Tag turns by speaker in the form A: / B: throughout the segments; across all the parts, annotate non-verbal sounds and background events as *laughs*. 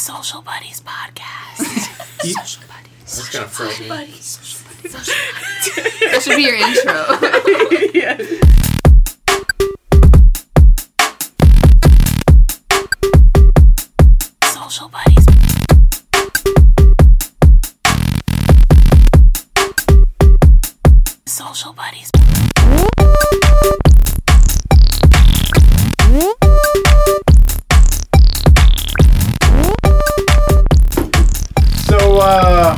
A: Social Buddies podcast.
B: You-
A: *laughs* Social Buddies.
B: That's kind of frightening.
A: Buddies. Social Buddies.
C: That should be your intro.
A: Social Buddies. Social Buddies.
B: So, uh,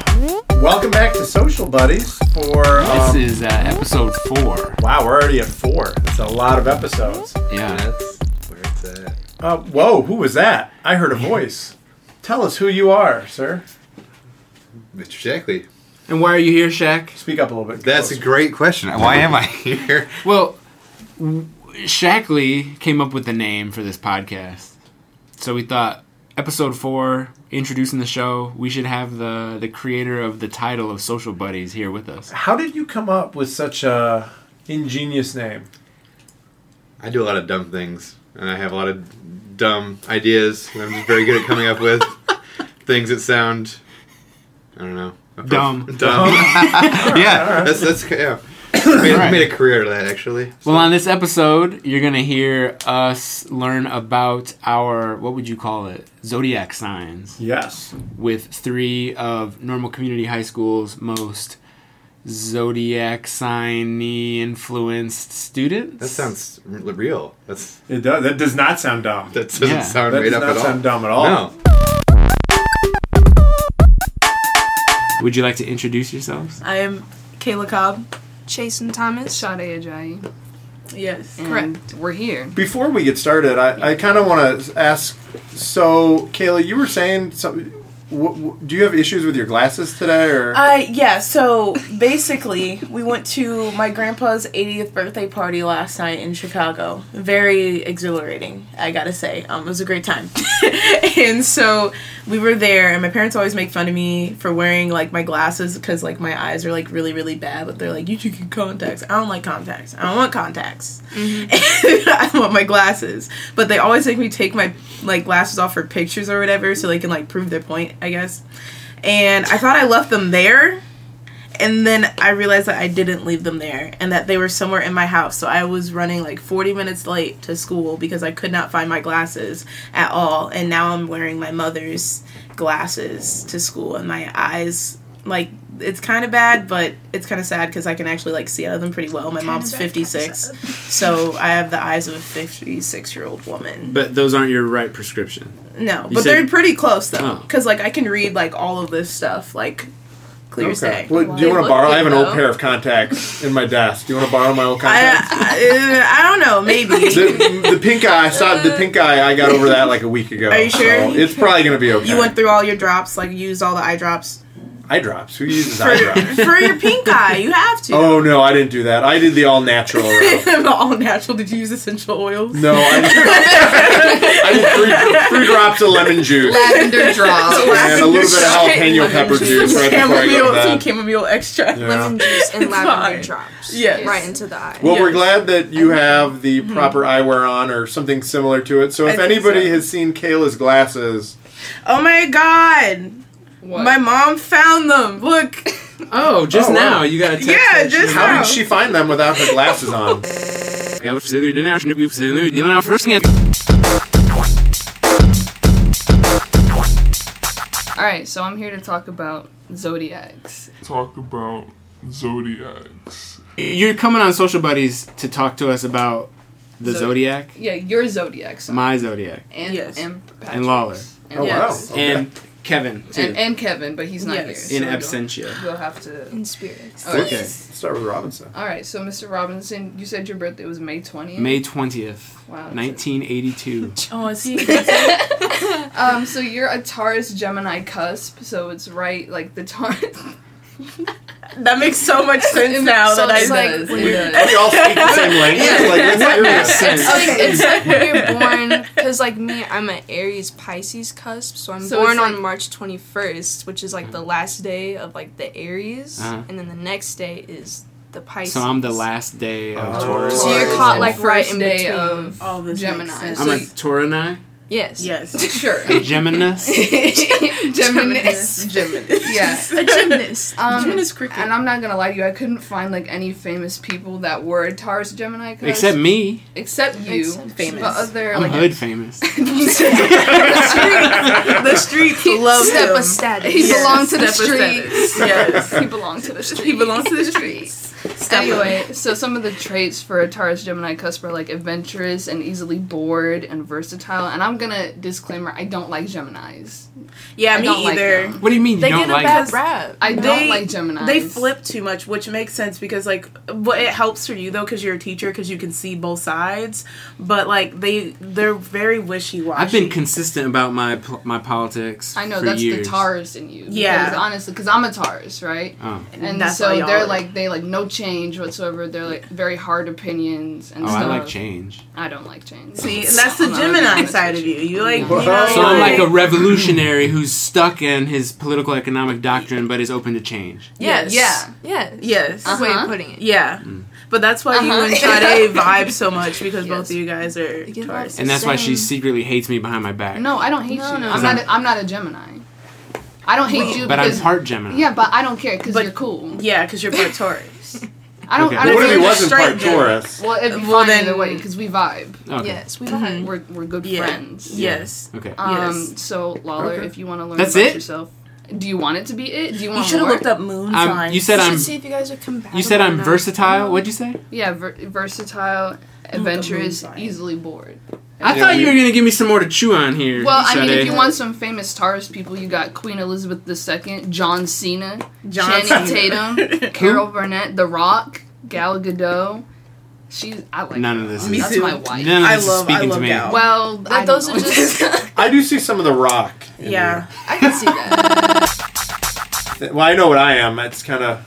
B: welcome back to Social Buddies for. Um,
D: This is uh, episode four.
B: wow, we're already at four. That's a lot of episodes.
D: Yeah.
E: That's where it's at.
B: Uh, whoa, who was that? I heard a voice. Tell us who you are, sir.
E: Mr. Shackley.
D: And why are you here, Shaq?
B: Speak up a little bit.
E: That's a
B: closer.
E: great question. Why am I here?
D: Well, w- Shackley came up with the name for this podcast, so we thought episode four, introducing the show, we should have the the creator of the title of Social Buddies here with us.
B: How did you come up with such a ingenious name?
E: I do a lot of dumb things, and I have a lot of dumb ideas. and I'm just very good at coming
B: *laughs*
E: up with things that sound, I don't know,
D: Dumb.
E: dumb. *laughs* yeah, that's that's yeah. I made, I made a career out of that actually.
D: Well, on this episode, you're gonna hear us learn about our what would you call it zodiac signs.
B: Yes.
D: with three of normal community high school's most zodiac sign influenced students.
E: That sounds r- real. That's
B: It does. That does not sound dumb.
E: that doesn't
D: Yeah.
E: sound
B: That
E: made
B: does
E: up
B: not
E: at all.
B: sound dumb at all.
E: No.
D: Would you like to introduce yourselves?
F: I am Kayla Cobb.
A: Jason Thomas.
C: Sade Ajayi.
F: Yes.
C: And
A: Correct.
C: We're here.
B: Before we get started, I, I kind of want to ask. So, Kayla, you were saying something. W- w- do you have issues with your glasses today, or
F: Uh, yeah, so basically, we went to my grandpa's 80th birthday party last night in Chicago. Very exhilarating, I gotta say. Um, it was a great time. *laughs* and so we were there, and my parents always make fun of me for wearing like my glasses because like my eyes are like really, really bad, but they're like, you should get contacts. I don't like contacts. I don't want contacts. *laughs* I want my glasses. But they always make me take my like glasses off for pictures or whatever so they can like prove their point, I guess. And I thought I left them there. And then I realized that I didn't leave them there and that they were somewhere in my house. So I was running like 40 minutes late to school because I could not find my glasses at all. And now I'm wearing my mother's glasses to school and my eyes like it's kind of bad, but it's kind of sad because I can actually like see out of them pretty well. My mom's 56, so I have the eyes of a 56 year old woman.
D: But those aren't your right prescription.
F: No,
D: You
F: but
D: said-
F: they're pretty close though,
D: Oh.
F: because like I can read like all of this stuff like clear as day.
B: Well, do you
C: They
B: want to
C: look
B: borrow?
C: good,
B: I have an old
C: though.
B: pair of contacts in my desk. Do you want to borrow
F: *laughs*
B: my old contacts?
F: uh, I, I, I don't
B: *laughs*
F: know, maybe.
B: the, the pink eye. I saw
F: *laughs*
B: the pink eye. I got over that like a week ago.
F: Are you sure?
B: So it's probably gonna be okay.
F: you went through all your drops, like used all the eye drops
B: eye drops. Who uses
F: for,
B: eye drops?
F: *laughs* for your pink eye. You have to. *laughs*
B: Oh no, I didn't do that. I did the all natural. route.
F: all natural. Did you use essential oils? *laughs*
B: No, I did, I did three, three drops of lemon juice
C: Lavender draw.
B: and a little bit of jalapeno
F: Lemon
B: pepper juice right before I go
F: chamomile,
B: to bed.
F: some chamomile extract.
B: Yeah.
A: Lemon juice and lavender
F: fine.
A: drops.
F: Yes.
A: Right into the eye.
B: Well, we're
F: Yes.
B: glad that you have the proper eyewear on or something similar to it. So if
F: I think
B: anybody
F: so.
B: has seen Kayla's glasses,
F: Oh my god! My mom found
A: *laughs*
F: them. Look.
D: Oh, just
B: Oh, wow.
D: now you got a text.
F: Yeah,
D: that
F: just
D: you-
F: now.
B: how did she find them without her glasses on?
C: All right, so I'm here to talk about zodiacs.
G: talk about zodiacs.
D: You're coming on Social Buddies to talk to us about the
C: Zodiac.
D: zodiac,
C: Yeah, your zodiacs.
D: my zodiac,
C: and
F: Yes.
C: and,
D: And Lawler.
C: Patrick's. And
B: Oh
C: yes.
B: wow! Okay.
D: and Kevin too,
C: And, and Kevin, but he's not
F: Yes.
C: here.
D: in
C: so
D: absentia.
C: You'll, you'll have to.
A: In spirits.
C: All right.
D: Okay,
B: Start with Robinson.
C: All right, so Mr. Robinson, you said your birthday was May 20th.
D: May twentieth,
C: Wow.
D: nineteen eighty-two.
F: Oh, I *laughs* see.
C: Um, so you're a Taurus Gemini cusp, so it's right like the Taurus.
F: that makes so much sense now
A: so
F: that I
A: it's like
F: does.
A: when
C: It
A: you're-
C: does.
B: We all speak the same language. Like, let's hear this.
D: sense.
A: It's like, it's like when you're
D: *laughs*
A: born, because like me, I'm an Aries Pisces cusp, so I'm
C: So
A: born
C: it's like-
A: on March 21st, which is like the last day of like the Aries,
D: Mm. Uh-huh.
A: and then the next day is the Pisces.
D: So I'm the last day of
B: Oh.
D: Taurus.
A: So you're
B: Taurus
A: caught
B: and
A: like right in
C: First day
A: between.
C: of
F: All this
C: Gemini.
F: makes
D: *laughs*
F: sense.
D: I'm a Taurini.
A: Yes.
B: *laughs*
F: Yes.
A: *laughs*
C: Sure.
D: Geminis.
C: Gymnast.
F: Gymnast.
C: Yeah.
F: A gymnast.
C: Um,
F: gymnast cricket.
C: And I'm not gonna lie to you, I couldn't find like any famous people that were Taurus Gemini. 'cause-
D: Except me.
C: except you,
A: Except
F: famous.
C: but other
D: I'm
C: like
A: *laughs*
D: hood *laughs* famous. *laughs*
F: the streets love
A: Step
F: him.
A: of status.
C: he belongs to the
F: Step aesthetics.
C: streets.
F: Yes.
C: He belongs to the streets.
F: He belongs to the streets. Step away.
C: Anyway, so some of the traits for a Taurus Gemini cusp are like adventurous and easily bored and versatile. And I'm gonna disclaimer: I don't like Gemini's.
F: Yeah,
C: I
F: me
C: don't like
F: either.
C: them. Um,
D: What do you mean you
A: They
D: don't
A: get a
D: like
A: bad rap.
C: I don't
F: They-
C: like Gemini's.
F: they flip too much, which makes sense because like, but it helps for you though because you're a teacher because you can see both sides. But like they, they're very wishy washy.
D: I've been consistent about my pol- my politics.
C: I know
D: for
C: that's
D: years.
C: the Taurus in you.
F: Yeah.
C: because honestly, because I'm a Taurus, right?
D: Oh.
C: And
F: That's
C: so
F: why y'all
C: they're
F: are-
C: like they like no change whatsoever. They're like very hard opinions and
D: Oh,
C: stuff.
D: I like change.
C: I don't like change.
F: See, and
C: *laughs*
F: that's the Gemini side of you. You like, you
C: So
F: know,
D: So I'm like a revolutionary who's stuck in his political economic doctrine, but is open to change.
F: yes,
C: Yeah.
A: Yes.
F: yes,
A: That's the way
C: Uh-huh.
A: you're putting it.
F: yeah.
D: Mm.
F: But that's why you
C: Uh-huh.
F: and Sade vibe so much because both
C: Yes.
F: of you guys are
A: get
F: Taurus.
A: vibes.
D: And that's why she
A: Same.
D: secretly hates me behind my back.
C: No, I don't hate
A: No,
C: you.
A: no,
C: I'm
D: no.
C: not. A, I'm not a Gemini. I don't hate you.
D: But I'm
C: because,
D: part Gemini.
C: Yeah, but I don't care because
F: But-
C: you're cool.
F: Yeah, because you're part Taurus.
C: I don't.
D: Okay.
C: I
B: But
C: don't
B: what if he
C: care.
B: wasn't
F: straight
B: part
F: dude.
B: Taurus?
C: Well, it'd be
F: Well,
C: fine
F: then-
C: either way because we vibe.
D: Okay.
A: Yes, we
F: Mhm.
A: vibe.
C: We're we're good
F: Yeah.
C: friends.
F: Yeah.
D: Yes. Okay.
C: Um.
F: Yes.
C: So Lawler,
B: Okay.
C: if you want to learn
D: That's
C: about
D: it?
C: yourself, do you want it to be it? Do you
F: You
C: want?
F: should have
C: more?
F: looked up moon
D: I'm-
F: signs.
D: you said
A: We
D: I'm.
A: should see if you guys are compatible.
D: You said
A: or
D: I'm
A: not.
D: versatile. What'd you say?
C: Yeah, ver- versatile, adventurous, easily bored.
D: I
B: Yeah,
D: thought
B: we-
D: you were gonna give me some more to chew on here.
C: Well, I mean, if
D: Sade.
C: you want some famous Taurus people, you got Queen Elizabeth II, John Cena,
F: John
C: Channing
F: Cena.
C: Tatum, Carol Burnett, The Rock, Gal Gadot. She's I like
D: None
C: her.
D: of this
F: Me
D: is.
C: That's
F: too.
C: my wife.
D: None of
F: I
D: this
F: love-
D: is speaking
F: I love
D: to me.
F: Gal.
C: Well, I
A: That, those
C: don't
A: are
C: know.
A: just. *laughs*
B: I do see some of the rock. in
F: yeah.
A: I can see *laughs* that.
B: there. Well, I know what I am. It's kind of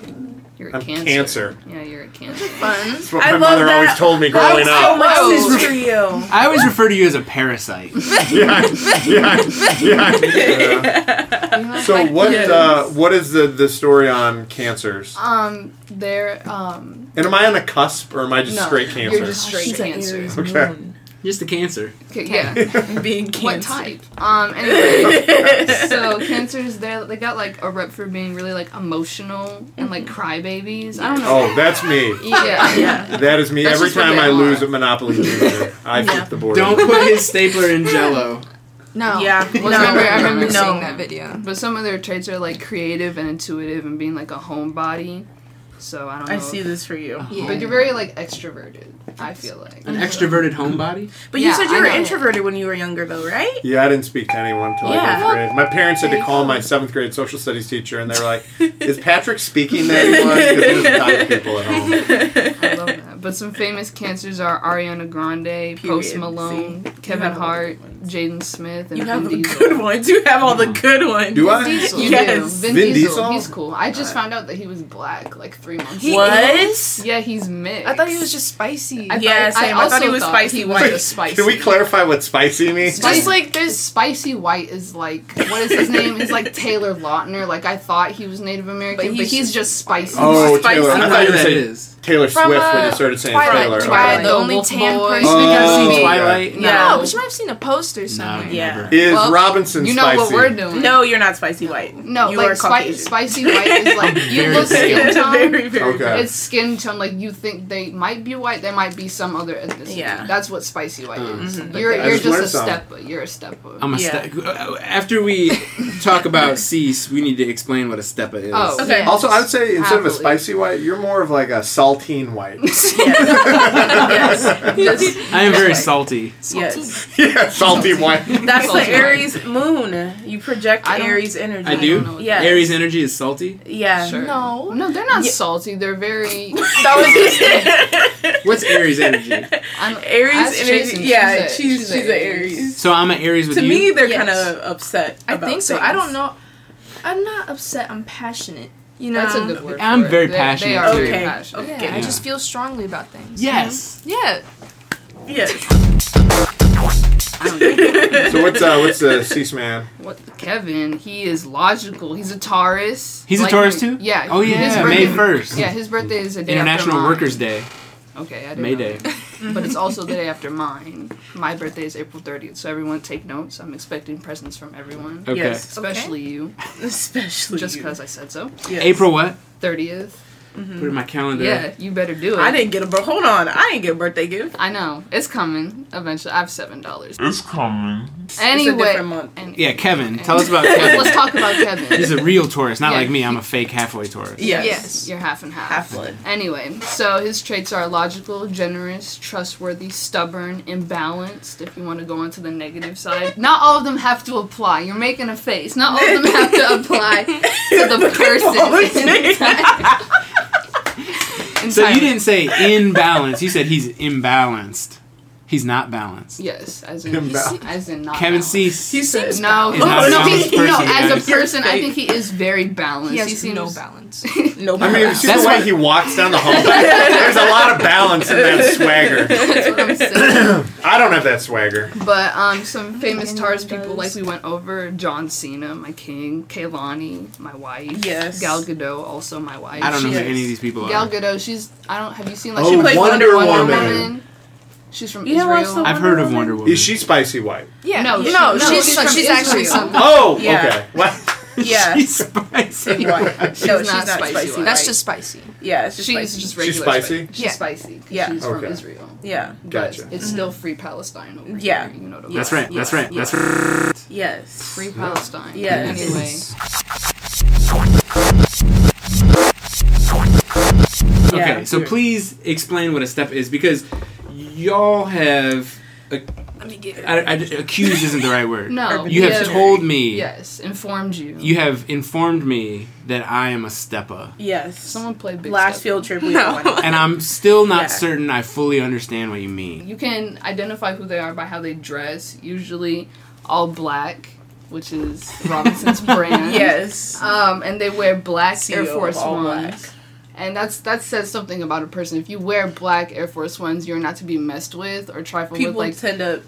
C: you're a
B: I'm
C: cancer.
B: cancer.
C: Yeah, you're a cancer.
A: Fun.
B: It's what my
F: I love
B: mother
F: that.
B: always told me
F: I
B: growing
F: so
B: up.
F: much
A: Oh.
F: this for you.
D: I always refer to you as a parasite.
B: yeah, yeah, *laughs*
C: *laughs*
B: yeah, So what? Uh, what is the the story on cancers?
C: Um, they're um
B: And am I on a cusp or am I just
C: No,
B: straight
C: you're
B: cancer?
C: just straight
F: She's an
C: cancer.
F: Aries
B: Okay.
F: moon.
D: Just a cancer.
C: okay, yeah.
F: Being cancer.
C: what type? Um, anyway, so cancers they they got like a rep for being really like emotional and like crybabies. I don't know.
B: oh, that's me.
C: Yeah.
F: yeah.
B: That is me.
C: That's
B: Every
C: just what
B: time
C: they
B: I
C: are.
B: lose at Monopoly Junior, I
F: Yeah.
B: flip the board.
D: Don't put his stapler in Jello.
A: No.
F: Yeah.
A: I remember, I remember
F: No.
A: seeing that video.
C: But some of their traits are like creative and intuitive and being like a homebody. So I don't know.
D: Oh,
F: I see this for you.
A: Yeah.
C: But you're very like extroverted. I feel like.
D: An extroverted homebody.
F: But you
C: Yeah,
F: said you
C: I
F: were
C: know.
F: introverted when you were younger, though, right?
B: Yeah, I didn't speak to anyone until
F: Yeah.
B: like eighth grade. My parents had to call my seventh grade social studies teacher, and they were
C: *laughs*
B: like, "Is Patrick speaking to anyone?" Because there's five people at
C: *laughs*
B: home.
C: I love that. But some famous cancers are Ariana Grande, Post
F: See?
C: Malone,
F: You
C: Kevin
F: have all the
C: Hart,
F: good ones.
C: Jaden Smith, and
F: You
C: Vin
F: have the
C: Diesel.
F: good ones. You have all the good ones.
B: Do I?
C: Diesel. You
F: Yes.
C: do. Vin,
B: Vin
C: Diesel.
B: Diesel?
C: He's cool. I just found out that he was black like three months
A: He-
C: ago.
F: What?
C: Yeah, he's mixed.
A: I thought he was just spicy.
C: I,
F: Yeah,
C: I,
F: same. I thought
C: also
F: he was spicy
C: he
F: white.
C: Was just spicy.
B: Can we clarify what spicy means?
A: Spicy.
C: Just like there's spicy white is like what is his name? It's like Taylor Lautner. Like I thought he was Native American, but
A: But
C: he's,
A: he's
C: just spicy.
B: Oh,
F: Spicy.
B: Taylor. I thought you were
D: That
B: saying
D: is.
B: Taylor Swift
A: From, uh,
B: when you started saying
A: Twilight.
B: Taylor.
A: Twilight, the
C: Oh,
A: only
C: Wolf
A: tan
C: Boy.
A: person
B: Oh.
A: I've seen.
D: Twilight.
F: Yeah.
A: No, but you might have seen a poster
D: No,
A: somewhere.
F: Yeah.
D: never.
B: Is
C: Well,
B: Robinson
C: you know
B: spicy?
C: what we're doing?
F: No, you're not spicy white.
C: no,
F: you
C: like
F: are
C: spi-
F: Caucasian.
C: spicy white is like you
D: Very
C: look skin
D: pale.
F: *laughs*
C: tone.
F: very, very.
B: Okay.
C: It's skin tone. Like you think they might be white, they might be some other ethnicity.
F: Yeah.
C: That's what spicy white
B: Mm-hmm.
C: is.
F: Mhm.
C: You're
F: Okay.
B: I
C: you're
B: just
C: just a
B: learned something.
C: stepper. You're a oh, stepper.
D: I'm a
F: Yeah.
D: ste- After we talk about cease, we need to explain what a steppa is.
C: Oh,
F: Okay.
C: yeah.
B: Also, I would say instead of a
C: Happily.
B: spicy white, you're more of like a saltine white. *laughs*
F: Yes.
C: *laughs*
F: yes.
D: I am very salty.
F: yes.
B: yeah, salty white.
F: That's the
C: Salty.
F: Aries moon. You project
C: I don't-
F: Aries energy.
D: I
C: don't
D: do?
C: know what
F: Yeah.
C: that
D: Aries energy is salty.
F: Yeah.
C: is. Sure.
A: No.
C: No, they're not
F: Yeah.
C: salty. They're very.
F: That *laughs* was
D: What's Aries energy?
C: *laughs* I'm,
F: Aries
C: Ask
F: energy.
C: Jason.
F: yeah,
C: a-
F: she's she's,
C: a
F: an Aries.
D: So I'm an Aries with
F: To
D: you.
F: me, they're
A: Yes.
F: kind of upset.
A: I
F: about
A: think so. I
F: things.
A: don't know. I'm not upset. I'm passionate. You know.
C: That's a good word.
D: I'm
C: for it.
D: very
C: They- They
D: passionate,
C: are
D: too.
C: very
F: Okay.
C: passionate.
A: Yeah,
F: Okay.
A: I just feel strongly about things.
D: yes.
A: Yeah.
F: Yes. *laughs*
B: So what's uh, what's the cease man?
C: What Kevin? He is logical. He's a Taurus.
D: He's
C: Like
D: a Taurus
C: me.
D: too.
C: Yeah.
D: Oh yeah, May
C: birthday-
D: first.
C: Yeah, his birthday is a day after
D: International
C: mine.
D: Workers' Day,
C: Okay, I didn't
D: May
C: know
D: Day.
C: that. *laughs* but it's also the day after mine. My birthday is April 30th, so everyone take notes. I'm expecting presents from everyone,
D: Okay.
F: Yes.
C: especially you,
F: Especially
C: just
F: you.
C: because I said so.
F: Yes.
D: April what?
C: 30th.
D: Put it in my calendar.
C: Mm-hmm. Yeah, you better do it.
F: I didn't get a bir- hold on. I didn't get a birthday gift.
C: I know. It's coming eventually. I have $7.
G: It's coming.
C: Anyway.
F: different month.
C: and-
D: Yeah, Kevin. Tell us about Kevin.
C: Let's talk about
D: He's
C: Kevin.
D: a real Taurus, not
C: Yeah.
D: like me. I'm a fake halfway Taurus.
F: Yes.
A: Yes.
C: You're half and half.
F: Half blood.
C: Anyway, so his traits are logical, generous, trustworthy, stubborn, imbalanced. If you want to go on to the negative side, not all of them have to apply. You're making a face. Not all of them have to apply to the person. *laughs*
D: *laughs* So you didn't say imbalance. You said he's imbalanced. He's not balanced.
C: Yes, as in
B: Imbalanced.
C: as in not.
D: Kevin
C: balanced.
D: Cease.
F: He says
C: No,
D: He's not a
C: Oh, no,
D: balanced
C: he's, no.
D: person,
C: As
D: guys.
C: a person, I
F: You're
C: think he is very balanced.
A: He has
C: seems
A: no balance.
F: no.
B: I mean, if you see the
D: That's
B: way
D: what-
B: he walks down the hall, there's a lot of balance in that swagger.
C: That's what I'm *coughs* saying.
B: I don't have that swagger.
C: But um, some famous
A: Anyone
C: TARS people like
A: does.
C: we went over John Cena, my king, Kaylani, my wife.
F: Yes.
C: Gal Gadot, also my wife.
D: I don't know who
F: Yes.
D: any of these people are.
C: Gal Gadot, she's I don't have you seen like
B: Oh,
C: she played Wonder,
B: Wonder
C: Woman.
B: Woman.
C: She's from
F: You didn't watch
C: Israel.
F: the-
D: I've heard of Wonder Woman.
B: Is she spicy white?
A: Yeah.
C: no,
A: yeah.
C: she-
F: no,
C: no,
A: she's,
C: she's,
A: she's,
C: from
A: actually
C: Israel.
A: something.
B: Oh,
F: Yeah.
B: okay. What?
C: *laughs*
F: Yeah.
D: She's spicy.
F: Right.
C: She's
F: no, she's
C: not
F: not
C: spicy
F: spicy.
C: white.
F: white.
A: That's just spicy.
F: yeah. It's
C: She's
F: just spicy.
C: just regular.
B: She's spicy?
C: but She's
A: Yeah.
C: spicy. 'cause
F: Yeah.
C: She's
B: Okay.
C: from Israel.
F: yeah.
B: Gotcha.
C: But it's still free Palestine over
F: Yeah.
C: here. You know what I'm
D: That's
C: saying.
D: right. That's right. That's right.
F: Yes.
C: Free Palestine.
F: Yes.
C: Anyway.
D: Okay, so
F: Yeah.
D: please explain what a step is because y'all have
A: Let me get it.
D: I, I, accused isn't the right word.
C: No.
D: You have
C: yes.
D: told me.
C: Yes. Informed you.
D: You have informed me that I am a steppa,
F: Yes.
C: Someone played Big
F: Last
C: Step.
F: field trip we
A: No.
F: went.
D: *laughs*
F: on.
D: and I'm still not
F: Yeah.
D: certain I fully understand what you mean.
C: You can identify who they are by how they dress. Usually, all black, which is
F: *laughs*
C: Robinson's brand.
F: Yes.
C: Um, and they wear black
F: CEO
C: Air
F: of
C: Force
F: all
C: Ones.
F: black.
C: And that's that says something about a person. If you wear black Air Force Ones, you're not to be messed with or trifled
F: People
C: with. Like
F: tend to.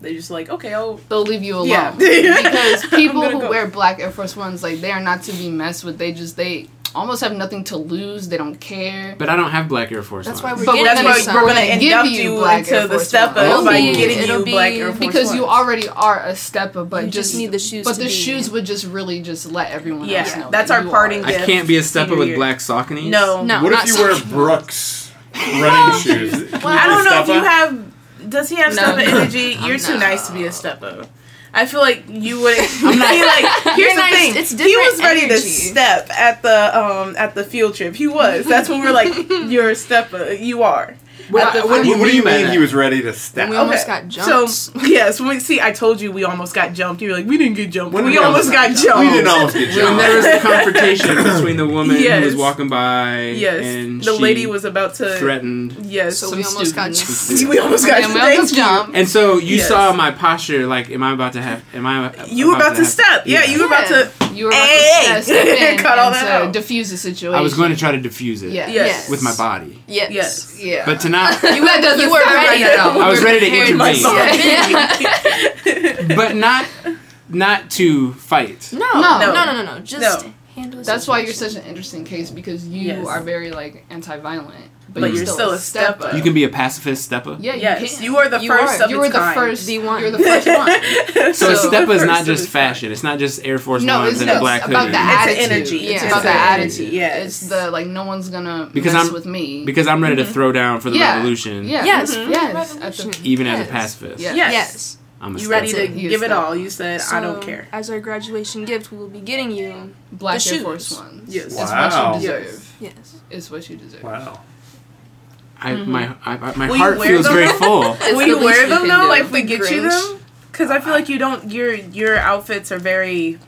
F: They just like okay, oh
C: they'll leave you alone
F: Yeah. *laughs*
C: because people
F: I'm gonna
C: who
F: go.
C: wear black Air Force Ones, like they are not to be messed with. They just they almost have nothing to lose. They don't care.
D: But I don't have black Air Force.
A: That's
D: Ones.
A: why we're
C: But
A: getting
F: that's
A: it
C: gonna
F: why
C: some-
F: we're
A: somewhere.
F: gonna
C: we're gonna
F: induct
C: give you
F: you
C: Black Air
F: into the
C: Force
F: step
C: Ones.
F: up by
A: It'll be-
F: getting
A: it'll
F: you
A: be-
F: black Air Force
C: because you
F: Ones.
C: already are a stepper, but
A: You just need the shoes.
C: But
A: to
C: the
A: be-
C: shoes would just really just let everyone
F: Yeah,
C: else know.
F: that's
C: that
F: our
C: you
F: parting
C: are.
F: gift.
D: I can't be a steppa
F: Senior
D: with
F: year.
D: black sauconies.
F: No.
A: No,
B: What
A: not
B: if you wear
A: socks.
B: Brooks running shoes? Can you
F: I don't
B: be
F: know if you
B: Steppa?
F: have. Does he have
C: No.
F: step up energy? You're too
C: No.
F: nice to be a step up. I feel like you would. *laughs* I'm like here's
A: You're
F: the
A: nice.
F: thing.
A: It's
F: he was
A: different
F: ready to
A: energy.
F: step at the um at the field trip. He was. That's when we were like, you're a step up. You are.
D: What,
F: At the-
D: what do you
B: What, what do you
D: mean by
B: mean
D: that?
B: he was ready to
A: And
B: step?
A: we
B: up?
A: almost got
F: *laughs*
A: jumps.
F: So yes, when we see, I told you we almost got jumped. You were like, we didn't get jumped.
B: When
F: we
B: we
F: almost got
C: almost
F: jumped.
B: we didn't almost get
D: When
B: jumped.
D: there was the confrontation *coughs* between the woman who
F: Yes.
D: was walking by,
F: Yes,
D: and
F: the
D: she
F: lady was about to.
D: threatened.
F: Yes,
A: So
C: Some
A: we almost got
D: students.
A: jumps.
F: *laughs* we almost got.
C: And we all
F: Thank
C: just
F: you.
C: jump.
D: And so you
F: Yes.
D: saw my posture, like, am I about to have? Am I?
F: You were about to
D: have-
F: step. Yeah, you were about
C: Yeah.
F: to.
C: You were about
F: Hey,
C: to step
F: *laughs*
C: in
F: cut all
C: and
F: that
C: to
F: out.
C: diffuse the situation.
D: I was going to try to diffuse it
C: Yeah.
F: Yes.
D: with my body,
A: yes.
F: Yes.
C: Yeah.
D: but to not.
C: you, had, you were ready
F: right now.
C: though.
D: I was
C: You were
D: ready to
C: prepared
D: intervene.
C: yourself.
D: *laughs*
F: *laughs*
C: Yeah.
D: but not, not to fight.
A: No.
C: No.
A: No. No. No. No. no. Just
F: No.
A: handle the
C: *laughs* That's why you're
A: situation.
C: such an interesting case because you
F: Yes.
C: are very like anti-violent, but,
F: But you're still a step up.
D: You can be a pacifist steppa.
C: *laughs* Yeah, you
F: Yes,
C: can.
F: you are the
A: You
F: first
A: are.
F: of
C: you were
F: its
C: the
F: kind. *laughs*
C: first.
A: The one.
C: You're the first one.
D: *laughs*
C: *laughs*
D: So, a
C: So-
D: steppa is
F: First
D: not
F: of
D: just
F: its kind.
D: fashion. It's not just Air Force
C: No,
D: Ones
C: it's,
D: and
C: no,
D: a black
C: it's about
D: hoodie.
C: the
F: It's
C: attitude.
F: energy.
C: Yeah. It's
A: It's
C: about the
A: about
F: the
C: attitude.
F: energy, yes.
C: It's the like no one's gonna
D: Because
C: mess
D: I'm-
C: with me.
D: Because I'm ready to throw down for the
C: Mm-hmm. Yeah.
D: revolution,
C: yeah.
A: Yes.
C: Mhm.
A: for
C: Yes.
A: the
C: At the-
A: revolution.
D: even as a
A: Yes.
D: pacifist.
C: Yeah.
F: Yes.
A: Yes.
D: I'm a
F: You ready to
D: steppa.
C: You
F: give it
C: step
F: all? You said I don't
A: So,
F: care.
A: As our graduation gift, we will be getting you.
C: Black
A: The
C: Air
A: shoes.
C: Force ones.
F: Yes.
C: It's
B: Wow.
C: what you
F: Yes.
C: deserve.
A: Yes.
C: It's what you deserve.
B: Wow.
D: I,
C: Mm-hmm.
D: my I, I- my
F: Will you
D: heart
F: wear
D: feels
F: them?
C: *laughs*
D: very full.
C: It's
F: Will
C: the
F: you
C: least
F: wear
C: we
F: them
C: can
F: though?
C: do.
F: Like we get you
A: Grinch.
F: them? Because I feel like you don't. Your your outfits are very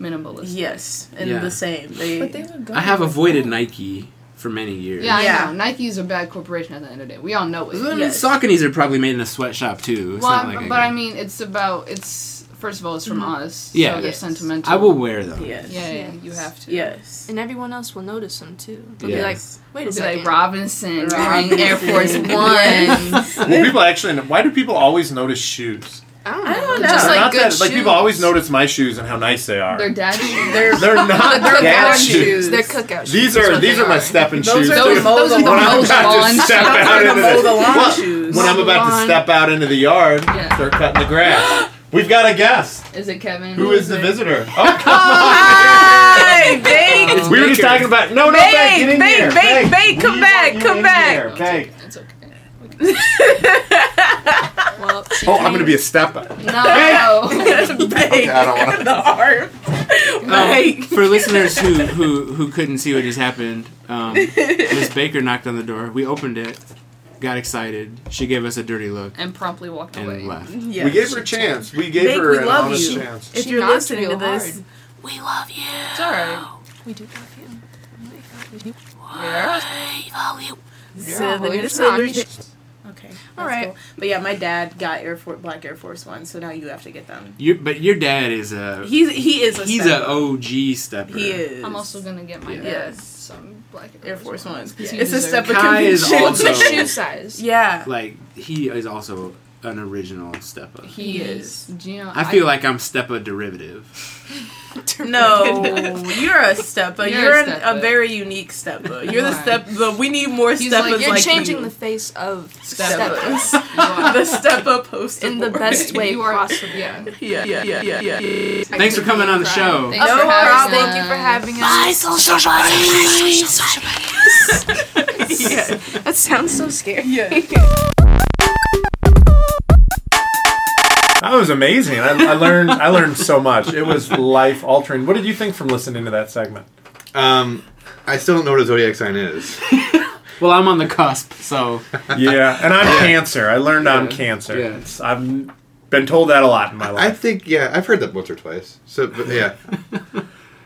C: Minimalist.
F: yes and
D: Yeah.
F: the same. They,
A: would go.
D: I have avoided Nike for many years.
C: Yeah,
F: Yeah.
C: I know. Nike's a bad corporation at the end of the day. We all know it.
D: I mean,
F: Yes.
D: Sauconies are probably made in a sweatshop too. It's
C: well,
D: not
C: I'm-
D: like I
C: but I
D: can-
C: mean, it's about it's first of all, it's from us.
D: Yeah.
C: so they're
A: Yes.
C: sentimental.
D: I will wear them.
F: Mm-hmm. yes.
C: Yeah, yeah,
A: Yes.
C: you have to.
F: Yes.
A: And everyone else will notice them too. They'll
D: Yeah.
A: be like, wait a
C: It'll be
A: second.
C: like Robinson, wearing
F: Robinson.
C: *laughs* Air Force One.
F: Yes.
B: Well, people actually. Why do people always notice shoes?
A: I don't know.
F: I don't know.
A: Just
F: They're
A: like
B: not
A: good
B: that,
A: shoes.
B: like people always notice my shoes and how nice they are.
C: Their
B: They're,
C: dad shoes.
A: *laughs*
B: not
A: They're
B: dad
A: cookout
B: shoes.
A: shoes. They're cookout shoes.
B: These
A: That's
B: are
A: what
B: these
A: they
B: are my stepping
F: Those
B: shoes.
F: are
B: too.
F: the mo-
C: Those are the
B: when I'm
C: most
B: about to
C: lawn
B: step
C: shoes.
B: out
F: Those are
B: into
F: the
B: the, *laughs*
F: mow the lawn
B: Well,
F: shoes.
B: when I'm
A: Mow the
B: about to
A: lawn.
B: step out into the yard,
C: Yeah.
B: start cutting the grass. We've got a guest.
C: Is it Kevin?
B: Who is the visitor? Oh, come
D: *laughs*
F: Hi, *laughs* bake,
B: on. We were just talking about no, no, Beck, get
F: bake,
B: in here.
F: bake, bake, bake. Come
B: We
F: back,
B: want you
F: come
B: in
F: back.
B: here. Bake.
C: It's okay.
A: Well, see,
B: Oh, I'm gonna be a step. Okay,
F: *laughs*
C: No.
D: *laughs*
F: Bake.
B: I don't want to.
F: *laughs* The arm.
D: Um,
F: Bake.
D: for listeners who, who, who couldn't see what just happened, um,
F: *laughs*
D: Miss Baker knocked on the door. We opened it, got excited. She gave us a dirty look
C: and promptly walked
D: and
C: away.
D: left.
F: Yeah.
B: We gave her a chance. We gave
F: Bake,
B: her
F: we
B: an
F: love
B: honest
F: you.
B: chance.
F: If
A: She
F: you're
A: knocked
F: listening to
A: real
F: this,
A: hard.
F: we love you. *gasps*
C: It's alright.
A: we do love you. *laughs*
C: Yeah.
A: Yeah, well, it's not.
F: Okay. All right.
A: right.
F: But yeah, my dad got Air Force Black Air Force One, so now you have to get them.
D: Your, but your dad is a
F: He's he is a
D: he's
F: step.
D: a OG stepper.
F: he is.
C: I'm also gonna get my dad
F: Yes.
C: some black
F: Air Force Ones.
C: Yes.
F: It's a step of
D: Kai is
F: confusion.
A: What's the
D: also-
A: shoe size?
D: *laughs*
F: yeah.
D: Like he is also an original stepper.
C: He
F: He
C: is. You know,
D: I feel like I'm stepper derivative.
F: No, you're a steppa. You're,
C: You're a
F: an- a,
C: steppa.
F: very unique steppa. You're the
C: Right.
F: step. The we need more
C: He's
F: steppas like,
C: like,
A: You're changing
F: you.
A: the face of step
F: steppas. *laughs* the steppa poster *laughs*
A: in the
F: board.
A: best way
C: You are-
A: possible.
C: yeah.
F: Yeah, yeah, yeah, yeah. yeah.
D: Thanks for coming on the show.
C: Thanks
A: Of
C: for
A: course,
C: having
A: thank you
C: us.
A: for having us. *laughs*
F: yeah.
A: That sounds so scary.
B: That was amazing. I, I learned. I learned so much. It was life altering. What did you think from listening to that segment?
E: Um, I still don't know what a zodiac sign is.
D: Well, I'm on the cusp, so
B: Yeah, and I'm cancer. I learned I'm
D: Yeah.
B: cancer.
D: Yeah.
B: I've been told that a lot in my
E: I
B: life.
E: think yeah, I've heard that once or twice. So but
D: *laughs*
E: yeah,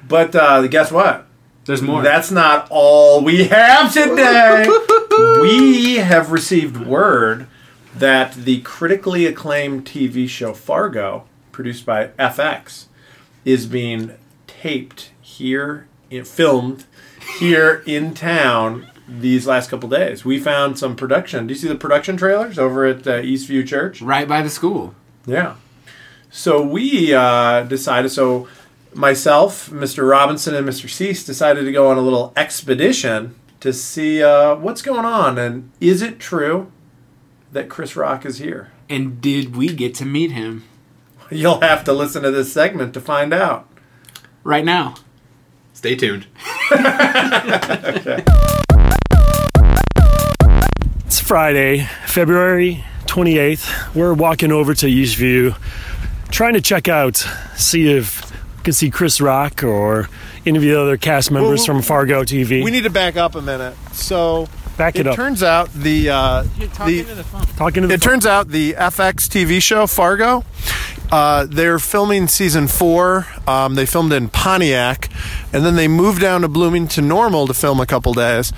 B: but uh, guess what?
D: there's more.
B: That's not all we have
D: *laughs*
B: today. we have received word that the critically acclaimed TV show Fargo, produced by FX, is being taped here, in, filmed here in town these last couple days. We found some production. Do you see the production trailers over at uh, Eastview Church?
D: right by the school.
B: Yeah. So we uh, decided. So myself, Mr. Robinson, and Mr. Cease decided to go on a little expedition to see uh, what's going on and is it true that Chris Rock is here? *laughs*
D: And did we get to meet him
B: You'll have to listen to this segment to find out.
D: right now?
E: stay tuned.
H: It's Friday, February 28th. We're walking over to Eastview, trying to check out, see if we can see Chris Rock or any of the other cast members
B: Well,
H: from Fargo TV.
B: We need to back up a minute. So
H: Back it,
B: it
H: up.
B: turns out the uh, the
H: Talking to the
B: It turns out the FX TV show Fargo, uh, they're filming season four. Um, they filmed in Pontiac, and then they moved down to Bloomington Normal to film a couple days.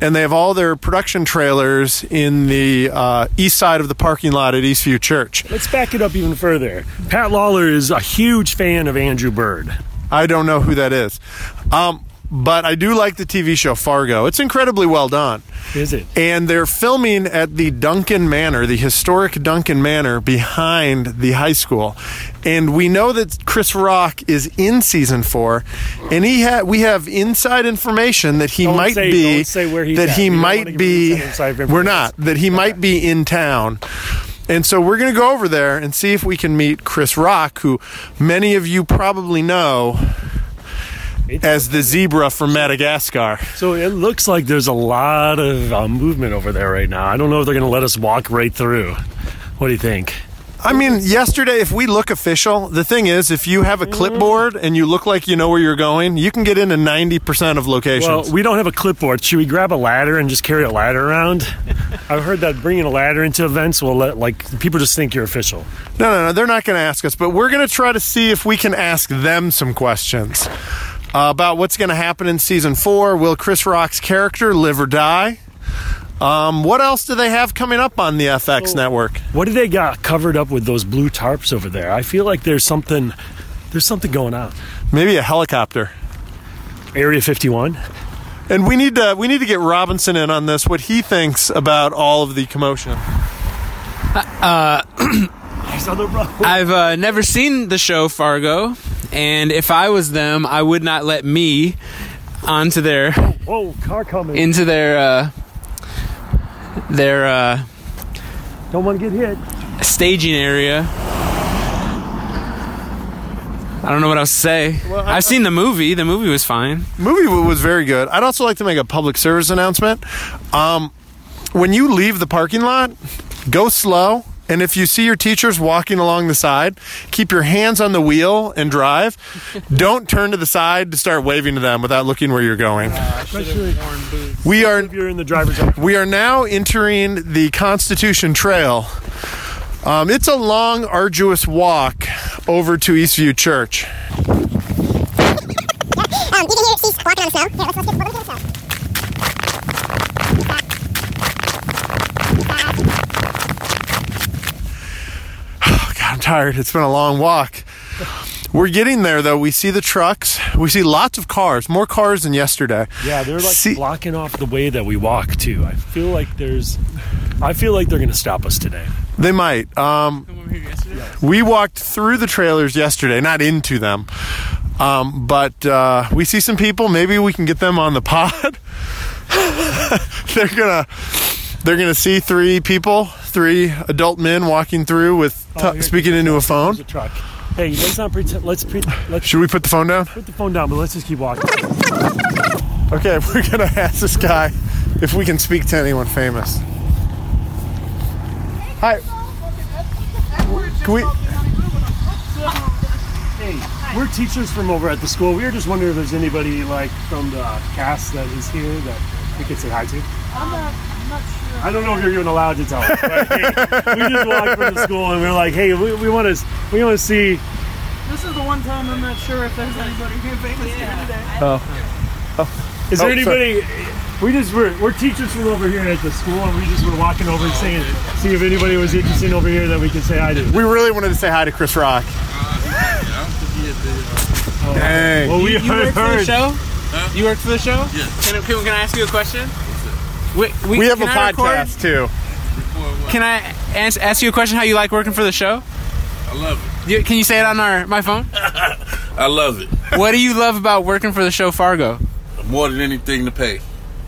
B: And they have all their production trailers in the uh, east side of the parking lot at Eastview Church.
H: Let's back it up even further. Pat Lawler is a huge fan of Andrew Bird.
B: I don't know who that is, um, but I do like the TV show Fargo. It's incredibly well done.
H: Is it?
B: And they're filming at the Duncan Manor, the historic Duncan Manor behind the high school. And we know that Chris Rock is in season four, and he ha- we have inside information that he
H: Don't
B: might
H: say-
B: be
H: don't say where he's
B: that
H: at.
B: he
H: We don't wanna
B: might
H: give
B: be.
H: inside information.
B: We're not that he might be in town. And so we're going to go over there and see if we can meet Chris Rock, who many of you probably know as the zebra from Madagascar.
H: So it looks like there's a lot of uh, movement over there right now. I don't know if they're going to let us walk right through. What do you think?
B: I mean, yesterday, if we look official, the thing is, if you have a clipboard and you look like you know where you're going, you can get into 90% of
H: Well,
B: locations.
H: we don't have a clipboard. Should we grab a ladder and just carry a ladder around? I've heard that bringing a ladder into events will let like people just think you're official.
B: no, no, no, they're not going to ask us, but we're going to try to see if we can ask them some questions uh, about what's going to happen in season four. Will Chris Rock's character live or die? Um, what else do they have coming up on the FX network?
H: What do they got covered up with those blue tarps over there? I feel like there's something there's something going on.
B: Maybe a helicopter.
H: Area 51.
B: And we need to we need to get Robinson in on this. What he thinks about all of the commotion.
H: us on the road.
D: I've uh, never seen the show Fargo, and if I was them, I would not let me onto their
H: Whoa, car coming.
D: into their uh, their uh,
H: Don't want to get hit.
D: staging area. I don't know what else to say. I've seen the movie. The movie was fine.
B: movie wa- was very good. I'd also like to make a public service announcement. Um, when you leave the parking lot, go slow. And if you see your teachers walking along the side, keep your hands on the wheel and drive. Don't turn to the side to start waving to them without looking where you're going. We are
H: If you're in the driver's eye.
B: we are now entering the Constitution Trail. Um, it's a long, arduous walk over to Eastview Church.
I: Um, you can hear she's walking on the snow. Here, let's, let's get walking on the snow.
B: Oh, God, I'm tired. It's been a long walk. We're getting there though. We see the trucks. We see lots of cars, more cars than yesterday.
H: Yeah, they're like
B: See-
H: blocking off the way that we walk too. I feel like there's. I feel like they're going to stop us today.
B: They might. Um, we walked through the trailers yesterday, not into them. Um, but uh, we see some people. Maybe we can get them on the pod. *laughs* they're gonna they're gonna see three people, three adult men walking through with
H: Oh, here-
B: speaking into a
H: There's
B: phone.
H: a truck. Hey, let's not pretend. Let's pre- let's
B: Should we put the phone down?
H: put the phone down, but let's just keep walking.
B: Okay, *laughs* we're gonna ask this guy if we can speak to anyone famous. Hi. Can we?
H: Hey, we're teachers from over at the school. We were just wondering if there's anybody like from the cast that is here that we could say hi to. I'm not, I'm not sure. I don't know if you're even allowed to tell. us, but, hey, we just walked from the school and we are like, hey, we, we want to we want to see.
J: This is the one time I'm not sure if there's anybody here famous here today.
H: Is there
B: Oh, sorry.
H: anybody? We just were we're teachers from over here at the school, and we just were walking over and saying, see if anybody was interested over here that we could say hi to.
B: We really wanted to say hi to Chris Rock. Uh, Dang.
H: Well, we
D: You
H: heard.
D: work for the
H: heard.
D: show? You work for the show? Yeah. Can, can, can I ask you a question? We, we,
B: We have a
D: can I record-
B: podcast too.
D: Can I ask, ask you a question? How you like working for the show?
K: I love it.
D: You, can you say it on our my phone?
K: *laughs* I love it.
D: what do you love about working for the show Fargo?
K: More than anything to pay.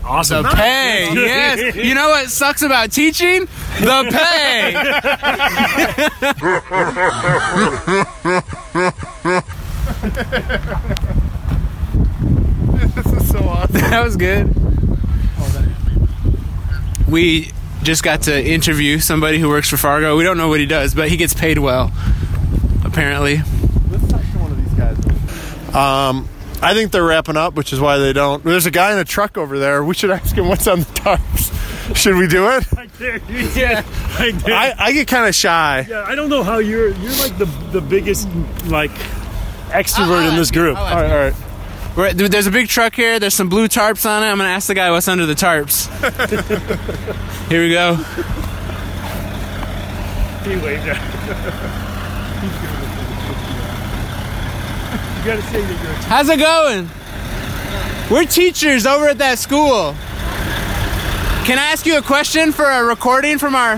H: Awesome.
D: The pay. Yes. You know what sucks about teaching? The pay.
B: This is so awesome.
D: that was good. We just got to interview somebody who works for Fargo. We don't know what he does, but he gets paid well, apparently.
B: Um, I think they're wrapping up, which is why they don't. There's a guy in a truck over there. We should ask him what's on the tarps. Should we do it?
H: yeah. I, did.
B: I, I get kind of shy.
H: Yeah, I don't know how you're you're like the the biggest like extrovert in this group.
B: Uh-huh. All right, all right.
D: We're, there- there's a big truck here. There's some blue tarps on it. I'm gonna ask the guy what's under the tarps. here we go.
H: He waved at- you gotta say that you're.
D: How's it going? We're teachers over at that school. Can I ask you a question for a recording from our?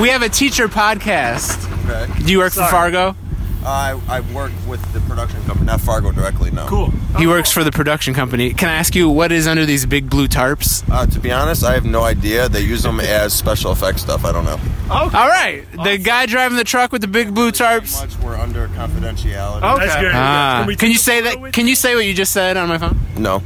D: We have a teacher podcast.
E: Okay.
D: Do you work
H: Sorry.
D: for Fargo?
E: I, I work with the production company, not Fargo directly, no.
H: Cool.
D: He works for the production company. Can I ask you what is under these big blue tarps?
E: Uh, to be honest, I have no idea. They use them as special effects stuff. I don't know.
D: All right, the guy driving the truck with the big blue tarps.
E: Much we're under confidentiality.
H: That's good.
D: Ah,
H: we
D: can you
H: just
D: say
H: go
D: that?
H: with-
D: Can you say what you just said on my phone?
E: No.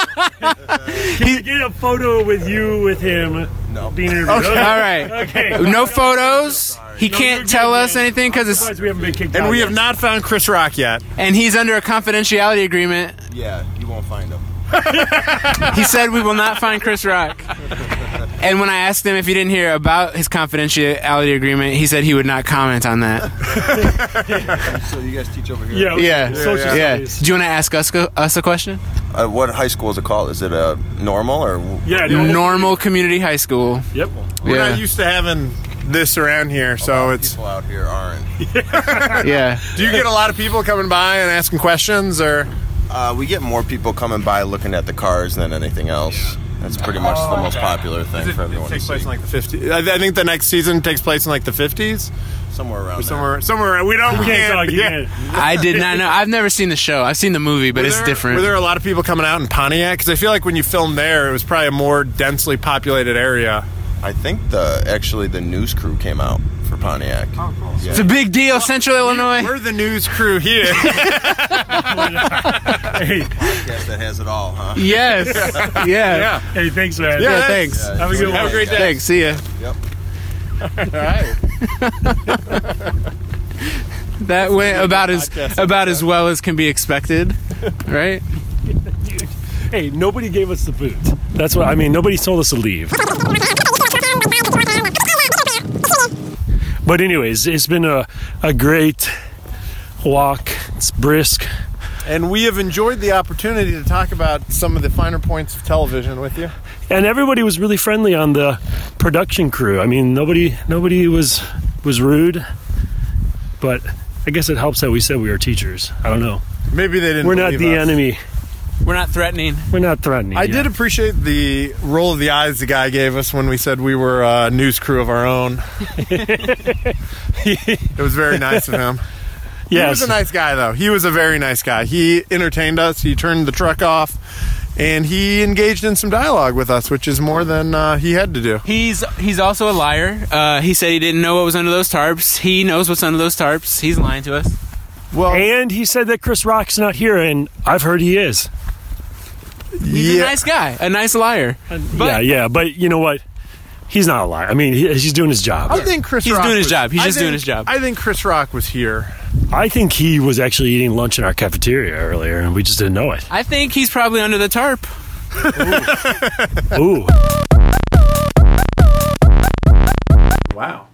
H: Can we get a photo with you with him
E: No.
H: being interviewed?
D: All right.
H: Okay.
D: *laughs* No photos. He
H: you're
D: can't
H: good,
D: tell
H: man.
D: us anything because it's
H: Otherwise, we haven't been kicked out.
B: And we have
H: yet.
B: not found Chris Rock yet.
D: and he's under a confidentiality agreement.
E: Yeah, you won't find them.
D: He said we will not find Chris Rock. And when I asked him if he didn't hear about his confidentiality agreement, he said he would not comment on that.
E: So you guys teach over here.
H: Yeah. we-
D: Oh, Yeah.
H: Social
D: Yeah.
H: studies.
D: Do you want to ask us us a question?
E: Uh, what high school is it called? Is it a normal or?
H: Yeah. no.
D: Normal community high school.
H: Yep.
B: We're
D: yeah.
B: not used to having this around here, so it's.
E: People out here aren't.
D: yeah.
B: Do you get a lot of people coming by and asking questions, or
E: Uh, we get more people coming by looking at the cars than anything else. That's pretty much the most popular thing for everyone to
B: takes
E: see.
B: place in like the 50s. I, I think the next season takes place in like the 50s.
E: Somewhere around
B: somewhere, somewhere. We don't.
E: You
B: We
E: can't
B: can't.
E: talk, you
B: yeah.
D: I did not know. I've never seen the show. I've seen the movie, but
B: Were
D: it's
B: there-
D: different.
B: Were there a lot of people coming out in Pontiac? Because I feel like when you filmed there, it was probably a more densely populated area.
E: I think the actually the news crew came out for Pontiac. Oh, cool.
D: It's a big deal, Central Illinois.
B: We're the news crew
H: *laughs*
B: here.
E: podcast that has it all, huh?
D: Yes. Yeah. Yeah.
H: Hey, thanks, man.
D: Yeah, Yeah, thanks. thanks.
H: Have a good one.
D: Have a great day. Thanks, see ya.
E: Yep.
D: *laughs* That went about as
H: podcast.
D: about as well as can be expected, right?
H: Hey, nobody gave us the boot. That's what I mean. Nobody told us to leave. But anyways, it's been a, a great walk. It's brisk.
B: And we have enjoyed the opportunity to talk about some of the finer points of television with you.
H: And everybody was really friendly on the production crew. I mean, nobody nobody was was rude. But I guess it helps that we said we were teachers. I don't know.
B: Maybe they didn't.
H: We're not
B: believe
H: the
B: us.
H: enemy.
D: We're not threatening.
H: We're not threatening.
B: I
H: yeah.
B: did appreciate the roll of the eyes the guy gave us when we said we were a news crew of our
H: *laughs*
B: own. *laughs* it was very nice of him. He was
H: Yes.
B: a nice guy, though. He was a very nice guy. He entertained us. He turned the truck off, and he engaged in some dialogue with us, which is more than uh, he had to do.
D: He's he's also a liar. Uh, he said he didn't know what was under those tarps. He knows what's under those tarps. He's lying to us.
B: Well,
H: and he said that Chris Rock's not here, and I've heard he is.
D: He's a nice guy, a nice liar. But
H: yeah, yeah, but you know what? He's not a liar. I mean, he, he's doing his job.
B: I think Chris.
D: He's
B: Rock
D: doing his
B: was-
D: job. He's
B: I
D: just
B: think-
D: doing his job.
B: I think Chris Rock was here.
H: I think he was actually eating lunch in our cafeteria earlier, and we just didn't
B: *laughs*
H: know it.
D: I think he's probably under the tarp.
H: Ooh.
L: Wow.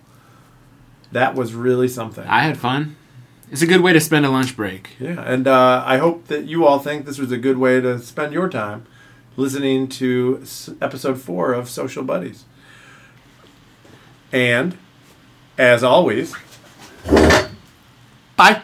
L: That was really something.
D: I had fun. It's a good way to spend a lunch break.
L: Yeah, and uh, I hope that you all think this was a good way to spend your time listening to s- episode four of Social Buddies. And as always, bye.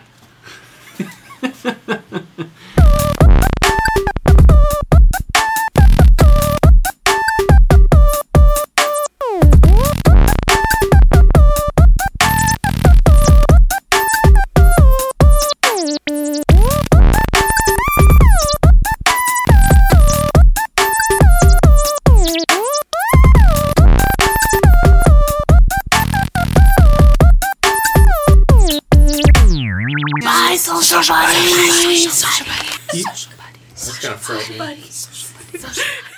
C: Bye, social buddies.
M: That's kind of
C: Social buddies. Social buddies.